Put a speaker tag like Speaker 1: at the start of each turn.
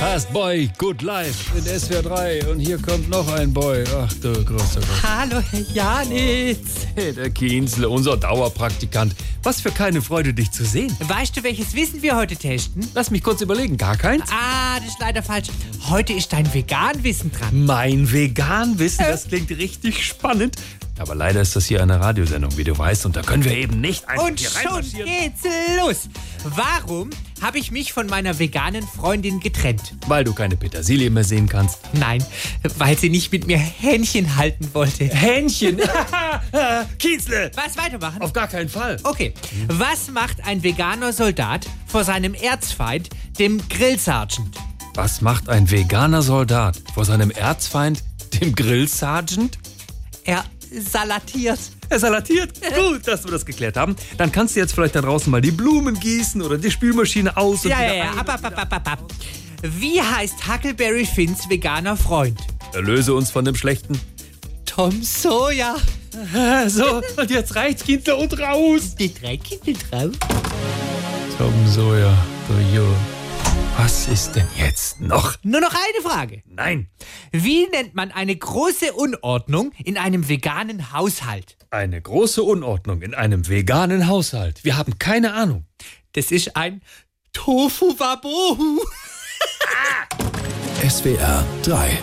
Speaker 1: Fast Boy, Good Life in SWR 3. Und hier kommt noch ein Boy. Ach du großer Gott.
Speaker 2: Hallo, Herr Janitz.
Speaker 1: Der Kienzle, unser Dauerpraktikant. Was für keine Freude, dich zu sehen.
Speaker 2: Weißt du, welches Wissen wir heute testen?
Speaker 1: Lass mich kurz überlegen. Gar keins?
Speaker 2: Ah, das ist leider falsch. Heute ist dein Veganwissen dran.
Speaker 1: Mein Veganwissen, das klingt richtig spannend. Aber leider ist das hier eine Radiosendung, wie du weißt. Und da können wir eben nicht einfach
Speaker 2: Und
Speaker 1: hier
Speaker 2: schon
Speaker 1: reinmarschieren.
Speaker 2: geht's los. Warum habe ich mich von meiner veganen Freundin getrennt?
Speaker 1: Weil du keine Petersilie mehr sehen kannst.
Speaker 2: Nein, weil sie nicht mit mir Händchen halten wollte.
Speaker 1: Hähnchen. Kienzle.
Speaker 2: Was weitermachen?
Speaker 1: Auf gar keinen Fall.
Speaker 2: Okay, was macht ein veganer Soldat vor seinem Erzfeind, dem Grillsergeant?
Speaker 1: Was macht ein veganer Soldat vor seinem Erzfeind, dem Grill-Sergeant?
Speaker 2: Er salatiert.
Speaker 1: Er salatiert. Gut, dass wir das geklärt haben. Dann kannst du jetzt vielleicht da draußen mal die Blumen gießen oder die Spülmaschine aus. Und
Speaker 2: Ja, ja,
Speaker 1: wieder
Speaker 2: ja,
Speaker 1: ein-
Speaker 2: ab, ab, ab, ab, ab, ab. Wie heißt Huckleberry Finns veganer Freund?
Speaker 1: Erlöse uns von dem Schlechten.
Speaker 2: Tom Sawyer.
Speaker 1: So, Also, und jetzt reicht's, Kinder, und raus.
Speaker 2: Die drei Kinder drauf.
Speaker 1: Tom Sawyer, du Jo. Was ist denn jetzt noch?
Speaker 2: Nur noch eine Frage.
Speaker 1: Nein,
Speaker 2: Wie nennt man eine große Unordnung in einem veganen Haushalt?
Speaker 1: eine große Unordnung in einem veganen Haushalt. Wir haben keine Ahnung.
Speaker 2: Das ist ein Tofu Wabohu.
Speaker 3: SWR 3.